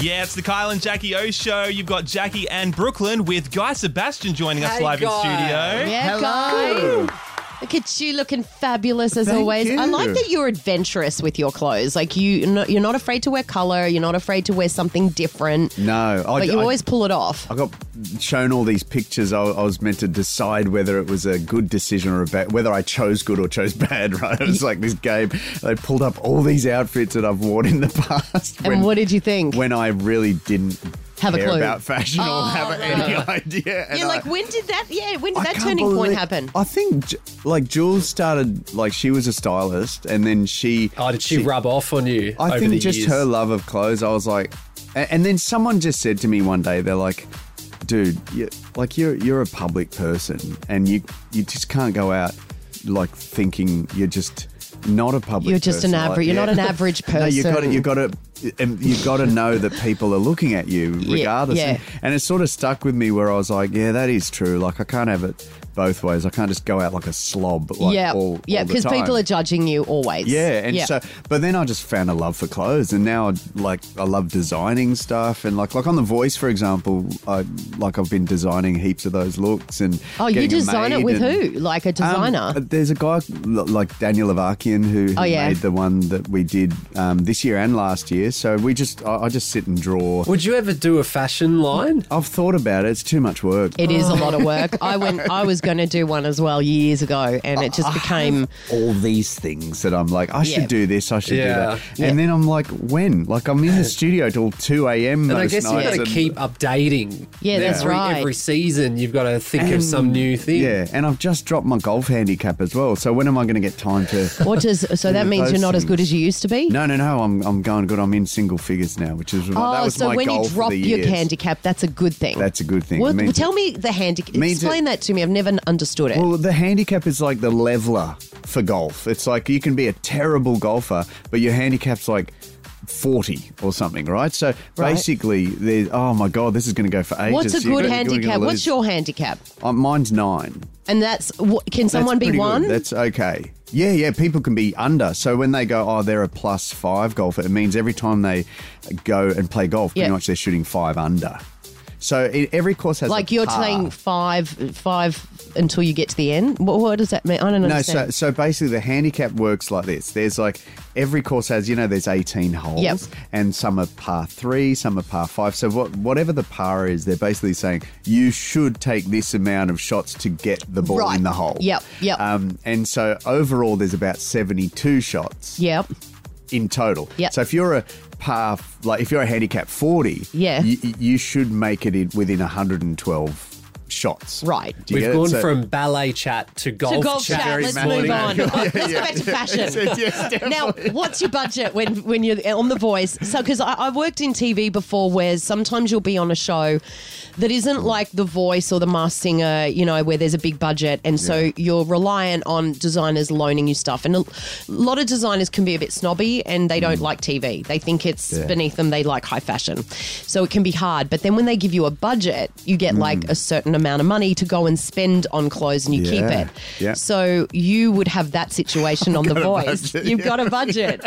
Yeah, it's the Kyle and Jackie O show. You've got Jackie and Brooklyn with Guy Sebastian joining us Hey, live Guy. in studio. Yeah, Hello. guys. Look at you looking fabulous as Thank always. I you. like that you're adventurous with your clothes. Like you, you're not- you're not afraid to wear color. You're not afraid to wear something different. No, I, But you I- always pull it off. I got shown all these pictures. I, I was meant to decide whether it was a good decision or a bad, whether I chose good or chose bad. Right? It was like this game. They pulled up all these outfits that I've worn in the past. and what did you think? When I really didn't Have a care clue. about fashion Oh, or have no. any idea. and you're I- like, when did that? Yeah, when did I that can't turning point believe- happen? I think J- like Jules started like she was a stylist, and then she. Oh, did she, rub off on you? I over think the just years? her love of clothes. I was like, and, and then someone just said to me one day, they're like, "Dude, you, like you're you're a public person, and you you just can't go out like thinking you're just not a public. You're just an person." Like, average- you're not an average no, you got to person. you got to and you got to know that people are looking at you Yeah, regardless. yeah. And, and it sort of stuck with me where I was like, yeah, that is true. Like I can't have it both ways. I can't just go out like a slob. Like, yeah, all, yeah, all the because time. people are judging you always. Yeah, and so but then I just found a love for clothes, and now I, like I love designing stuff, and like like on the Voice, for example, I like I've been designing heaps of those looks, and oh, you getting them design it made with and- who? Like a Um, designer? there's a guy l- like Daniel Avakian who, who Oh, yeah. made the one that we did um, this year and last year. So we just I, I just sit and draw. Would you ever do a fashion line? I've thought about it. It's too much work. It is a lot of work. I went. I was going to do one as well years ago, and it just became. all these things that I'm like, I should Yeah. do this, I should Yeah. do that. And then I'm like, when? Like I'm in the studio till two a.m. And I most guess you've nights got to and- keep updating. Yeah, that's every, right. Every season, you've got to think of And- some new thing. Yeah, and I've just dropped my golf handicap as well. So when am I going to get time to? What does so that Yeah, means those you're not as things. good as you used to be? No, no, no. I'm I'm going good. I'm in single figures now, which is Oh, that was so my when goal you drop for the your years. handicap, that's a good thing. That's a good thing. Well, It means- tell me the handicap. means Explain it- that to me. I've never understood it. Well, the handicap is like the leveler for golf. It's like you can be a terrible golfer, but your handicap's like. 40 or something, right? So Right. basically, there's oh my god, this is going to go for ages. What's a You're good gonna- you're gonna handicap? What's lose. your handicap? Uh, mine's nine. And that's wh- can That's someone be pretty good. one? That's okay. Yeah, yeah. People can be under. So when they go, oh, they're a plus five golfer, it means every time they go and play golf, Yeah. pretty much they're shooting five under. So it, every course has like a you're par. saying five, five until you get to the end. What, what does that mean? I don't No, so, understand. so basically the handicap works like this. There's like every course has, you know, there's 18 holes Yep. and some are par three, some are par five. So what, whatever the par is, they're basically saying you should take this amount of shots to get the ball Right. in the hole. Yep, yep. Um, and so overall there's about 72 shots yep. in total. Yep. So if you're a par, like if you're a handicap 40, Yeah. you, you should make it in, within 112 shots. Right. Do you We've get it? gone So- from ballet chat to golf, to golf chat. chat. very Let's morning. move on. Yeah, Oh, let's go back to fashion. Now, what's your budget when when you're on The Voice? So, because I've worked in TV before, where sometimes you'll be on a show that isn't like The Voice or The Masked Singer, you know, where there's a big budget, and so you're reliant on designers loaning you stuff. And a lot of designers can be a bit snobby, and they don't like TV. They think it's beneath them. They like high fashion, so it can be hard. But then when they give you a budget, you get like a certain amount of money to go and spend on clothes, and you keep Yeah. it. Yeah. So you would have that situation on The Voice. budget, You've yeah. got a budget.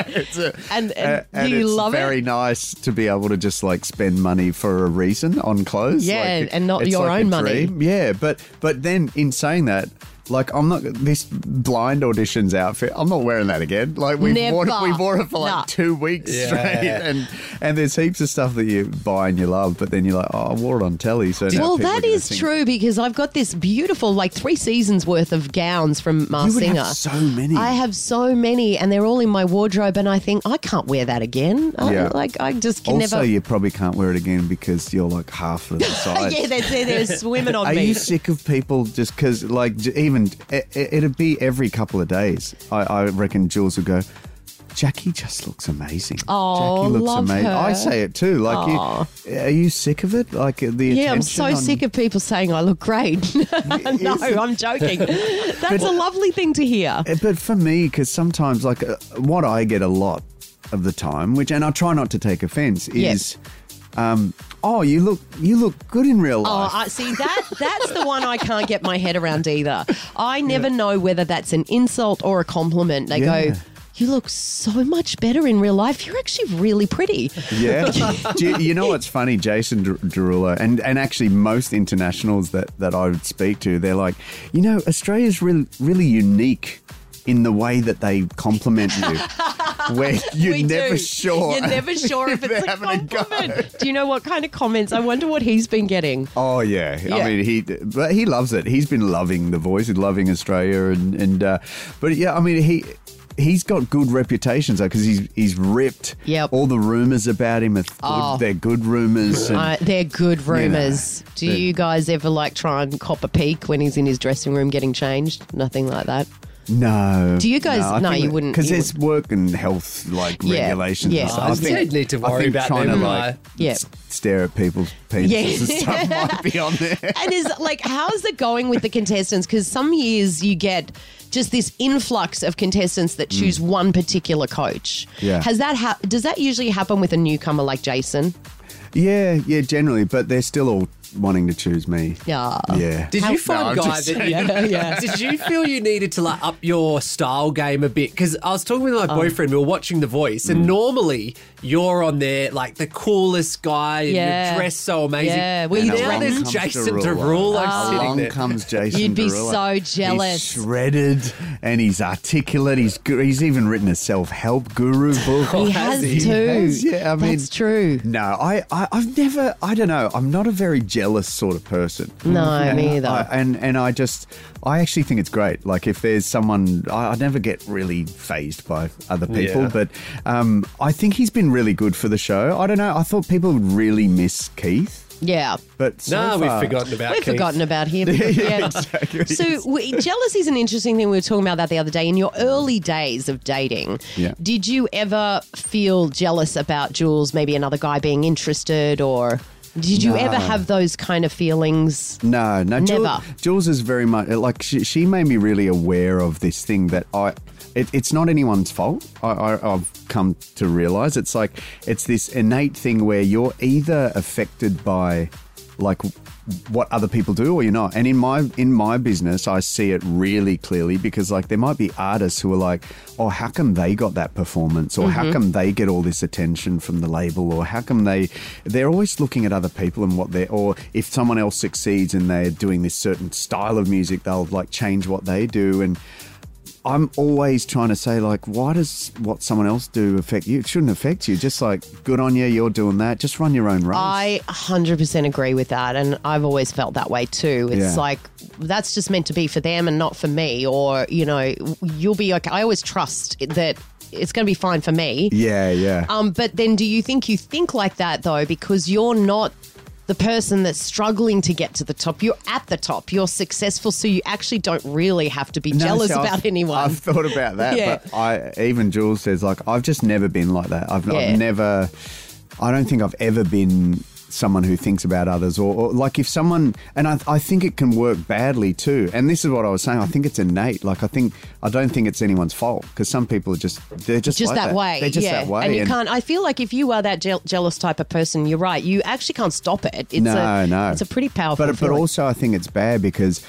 and and A- Uh, and do you it's love very it? nice to be able to just like spend money for a reason on clothes. Yeah, Like, and not it's your like a own money. dream. Yeah, but but then in saying that, like I'm not this blind auditions outfit. I'm not wearing that again. Like we Never. wore it, we wore it for like Nah. two weeks Yeah. straight, and and there's heaps of stuff that you buy and you love, but then you're like, oh, I wore it on telly. So now Well, people are that gonna is think- true because I've got this beautiful, like three seasons worth of gowns from Mars You would have Singer. so many. I have so many, and they're all in my wardrobe. And I think I can't wear that again. I, Yeah. like I just can Also, never. you probably can't wear it again because you're like half of the size. yeah, they're, they're, they're swimming on Are me. you sick of people just because, like, j- even it, it'd be every couple of days? I, I reckon Jules would go. Jackie just looks amazing. Oh, Jackie looks love amazing. her. I say it too. Like, you, are you sick of it? Like the yeah, I'm attention so on- sick of people saying I look great. no, I'm joking. That's a lovely thing to hear. Uh, But for me, because sometimes, like, uh, what I get a lot of the time, which, and I try not to take offence, Yeah. is, um, oh, you look, you look good in real Oh, life. I, see that that's the one I can't get my head around either. I never know whether that's an insult or a compliment. They Yeah. go, you look so much better in real life. You're actually really pretty. Yeah. Do you, you know what's funny, Jason Dr- Derulo, and, and actually most internationals that, that I would speak to, they're like, you know, Australia's really, really unique in the way that they compliment you, where you're We never do. sure. You're never sure if They're it's a having a go. compliment. do you know what kind of comments? I wonder what he's been getting. Oh yeah. Yeah. I mean he, but he loves it. He's been loving the voice, he's loving Australia, and and uh, but yeah, I mean he. He's got good reputations though, because he's he's ripped. Yep. All the rumors about him are good, Oh. they're good rumors. And Uh, they're good rumors. Do They're- you guys ever like try and cop a peek when he's in his dressing room getting changed? Nothing like that. no. Do you guys- no, you wouldn't- Because you there's work and health like Yeah, regulations. yeah. And stuff. I just don't need to I worry think about trying them. to right? like Yeah. s- stare at people's penises Yeah. and stuff might be on there. And is like, how is it going with the contestants? Because some years you get just this influx of contestants that choose one particular coach. Mm. Yeah. Has that ha- does that usually happen with a newcomer like Jason? yeah, yeah, generally, but they're still all wanting to choose me. Yeah. Yeah. Did No, you find, I'm guy, just that you, did you feel you needed to like up your style game a bit? Because I was talking with my Oh. boyfriend, we were watching The Voice, and Mm. normally you're on there like the coolest guy, and Yeah. you're dressed so amazing. Yeah, we and And now along there's comes Jason Derulo. Derulo Oh. sitting Along there. comes Jason. You'd be Derulo. so He's jealous. shredded, and he's articulate. He's good. He's even written a self-help guru book. He has has, he? too. Has, yeah, I mean- that's true. No, I, I, I've never. I don't know. I'm not a very jealous sort of person. Mm-hmm. No, And me either. I, and and I just, I actually think it's great. Like if there's someone, I, I never get really phased by other people. Yeah. But um, I think he's been really good for the show. I don't know. I thought people would really miss Keith, Yeah. but so No, we've far- forgotten about We've Keith. forgotten about him. yeah. exactly. So we, jealousy is an interesting thing. We were talking about that the other day. In your early days of dating, Yeah. did you ever feel jealous about Jules? Maybe another guy being interested, or did you ever have those kind of feelings? No, no, Jules, Never. Jules is very much uh, like she, she made me really aware of this thing that I. It, it's not anyone's fault. I, I, I've come to realize it's like it's this innate thing where you're either affected by like what other people do or you're not. And in my in my business, I see it really clearly because like there might be artists who are like, oh, how come they got that performance, or how come they get all this attention from the label, or how come they they're always looking at other people and what they're or if someone else succeeds and they're doing this certain style of music, they'll like change what they do and. I'm always trying to say, like, why does what someone else do affect you? It shouldn't affect you. Just like, good on you, you're doing that. Just run your own race. I 100% agree with that. And I've always felt that way too. It's Yeah. like, that's just meant to be for them and not for me. Or, you know, you'll be okay. I always trust that it's going to be fine for me. yeah, yeah. Um, but then do you think you think like that though? Because you're not the person that's struggling to get to the top. You're at the top. You're successful. So you actually don't really have to be No, jealous so I've- about anyone. I've thought about that, Yeah. but I even Jules says like I've just never been like that. I've, Yeah. I've never. I don't think I've ever been someone who thinks about others or, or like if someone and I, I think it can work badly too and this is what i was saying i think it's innate like i think i don't think it's anyone's fault because some people are just they're just, just like that, way. they're just yeah. that way And you and- can't. I feel like if you are that je- jealous type of person, you're right. You actually can't stop it. It's no, a, no. It's a pretty powerful. But feeling. but also, I think it's bad because.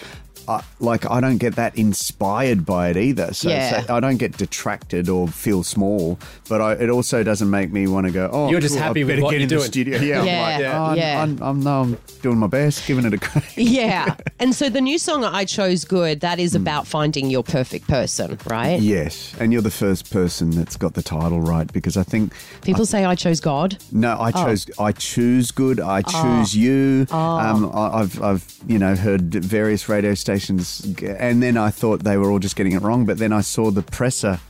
I, like I don't get that inspired by it either, so, Yeah. so I don't get detracted or feel small. But I, it also doesn't make me want to go. Oh, You're just cool, I happy with better what get you're in doing. The studio. Yeah, I'm like, Yeah, oh, I'm- yeah. I'm, I'm, no, I'm doing my best, giving it a go. yeah. And so the new song I chose, "Good," that is about finding your perfect person, right? yes, and you're the first person that's got the title right because I think People say I chose God. No, I chose. I choose good. I choose you. Um, I, I've, I've, you know, heard various radio stations, g- and then I thought they were all just getting it wrong. But then I saw the presser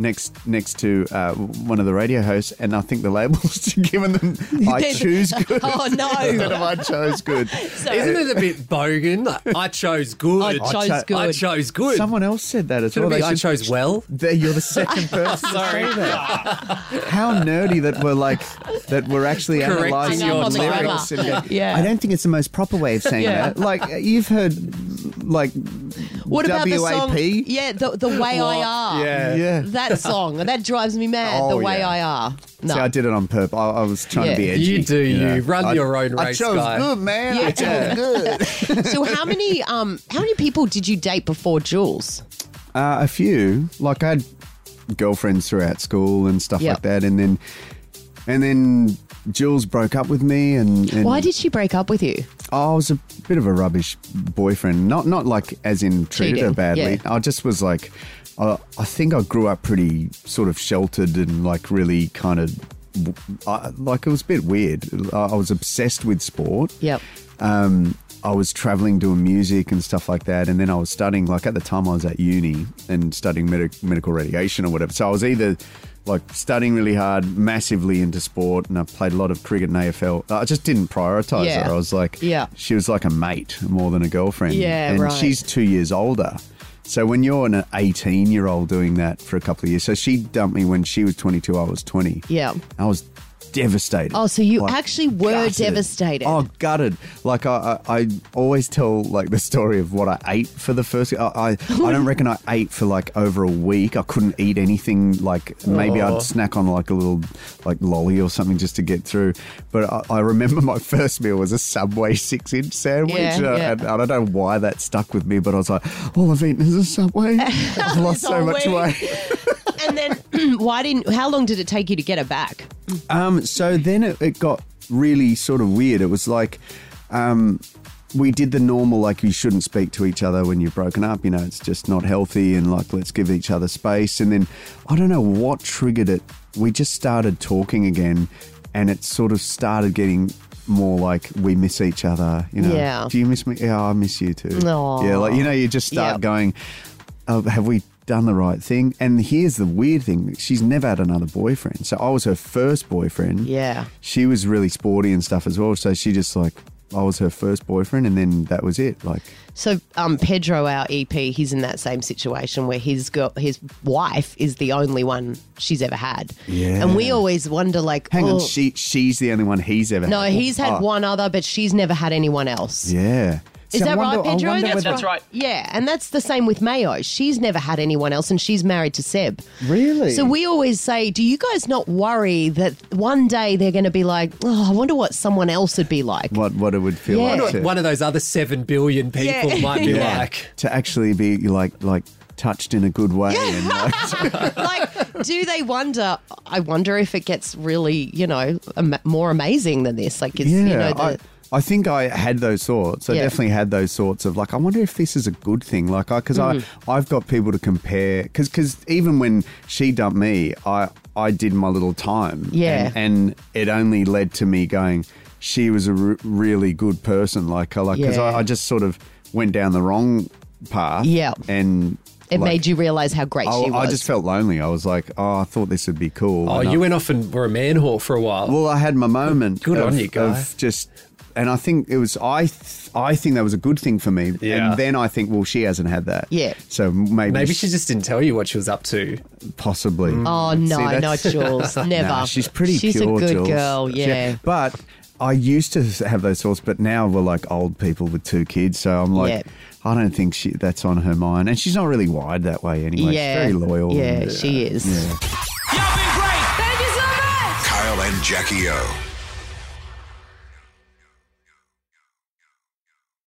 next next to uh, one of the radio hosts, and I think the labels given them. I There's- choose good. Oh, no. Instead of I chose good. Isn't it a bit bogan? Like, I chose good. I chose cho- good. I chose good. Someone else said that as Should it well. be They I should- chose well. There, you're the second person to say that. How nerdy that we're like that we're actually Correcting analysing your your grammar. lyrics. And, Yeah. I don't think it's the most proper way of saying Yeah. that. Like you've heard, like What about the song? WAP? Yeah, the, the way I are. Yeah. yeah. That song that drives me mad. Oh, the way yeah. I are. No, See, I did it on purpose. I, I was trying Yeah. to be edgy. You do you. Run your own I race, chose guy. good, man. Yeah. I chose good. so how many um how many people did you date before Jules? Uh, a few. Like I, girlfriends throughout school and stuff Yep. like that. And then, and then Jules broke up with me. And, and Why did she break up with you? I Oh, was a bit of a rubbish boyfriend. Not not like as in treated her Cheating, badly. yeah. I just was like, I I think I grew up pretty sort of sheltered and like really kind of. I, like it was a bit weird. I I was obsessed with sport. Yep. Um, I was traveling doing music and stuff like that, and then I was studying. Like at the time, I was at uni and studying medic medical radiation or whatever. So I was either like studying really hard, massively into sport, and I played a lot of cricket and AFL. I just didn't prioritize Yeah. her. I was like, Yeah. she was like a mate more than a girlfriend. Yeah, and right. she's two years older. So when you're an 18 year old doing that for a couple of years, so she dumped me when she was 22, I was 20. Yeah. I was devastated. Oh, so you actually were devastated. Oh, gutted. Like I, I, I always tell like the story of what I ate for the first. I, I, I don't reckon I ate for like over a week. I couldn't eat anything. Like maybe I'd snack on like a little like lolly or something just to get through. But I, I remember my first meal was a Subway six inch sandwich, Yeah, and, I- yeah. and I don't know why that stuck with me. But I was like, all I've eaten is a Subway. I've lost so whole much week. weight. And then why didn't? How long did it take you to get it back? Um, so then it, it got really sort of weird. It was like, um, we did the normal, like you shouldn't speak to each other when you're broken up. You know, it's just not healthy, and like let's give each other space. And then I don't know what triggered it. We just started talking again, and it sort of started getting more like we miss each other. You know, Yeah. do you miss me? Yeah, I miss you too. Aw. Yeah, like you know, you just start Yep. going. Oh, have we done the right thing? And here's the weird thing: she's never had another boyfriend. So I was her first boyfriend Yeah. she was really sporty and stuff as well. So she just like I was her first boyfriend, and then that was it. Like So um, Pedro, our EP, he's in that same situation where his girl, his wife is the only one she's ever had. Yeah. And we always wonder, like, hang oh, on, she she's the only one he's ever. no, had. he's had Oh, one other, but she's never had anyone else. Yeah. Is See, I that wonder- right, I Pedro? wonder That's whether- That's right. Yeah, and that's the same with Mayo. She's never had anyone else, and she's married to Seb. Really? So we always say, do you guys not worry that one day they're going to be like, oh, I wonder what someone else would be like? What what it would feel Yeah. like What to, one of those other seven billion people Yeah. might be Yeah. like. to actually be like like touched in a good way. And, like, like, do they wonder? I wonder if it gets really, you know, am- more amazing than this. Like, is yeah, you know, the, I, I think I had those thoughts. I Yeah. definitely had those sorts of like, I wonder if this is a good thing. Like, I because Mm-hmm. I I've got people to compare because even when she dumped me, I I did my little time. Yeah. and, and it only led to me going. She was a r- really good person. Like, I like because Yeah. I, I just sort of went down the wrong path. Yeah. and it like, made you realize how great I, she I was. just felt lonely. I was like, oh, I thought this would be cool. Oh, And I- you went off and were a manhole for a while. well, I had my moment. Good of, on you, guy. Of just, and I think it was I. Th- I think that was a good thing for me. Yeah. And then I think, well, she hasn't had that. Yeah. So maybe, Maybe she just didn't tell you what she was up to. possibly. oh no, that's- not Jules, never. Nah, she's pretty. She's pure, a good Jules. girl. She- Yeah. but I used to have those thoughts, but now we're like old people with two kids, so I'm like. Yeah. I don't think she, that's on her mind, and she's not really wired that way anyway. yeah, she's very loyal. Yeah, and- she is. Y'all been great. Thank you so much. Kyle and Jackie O.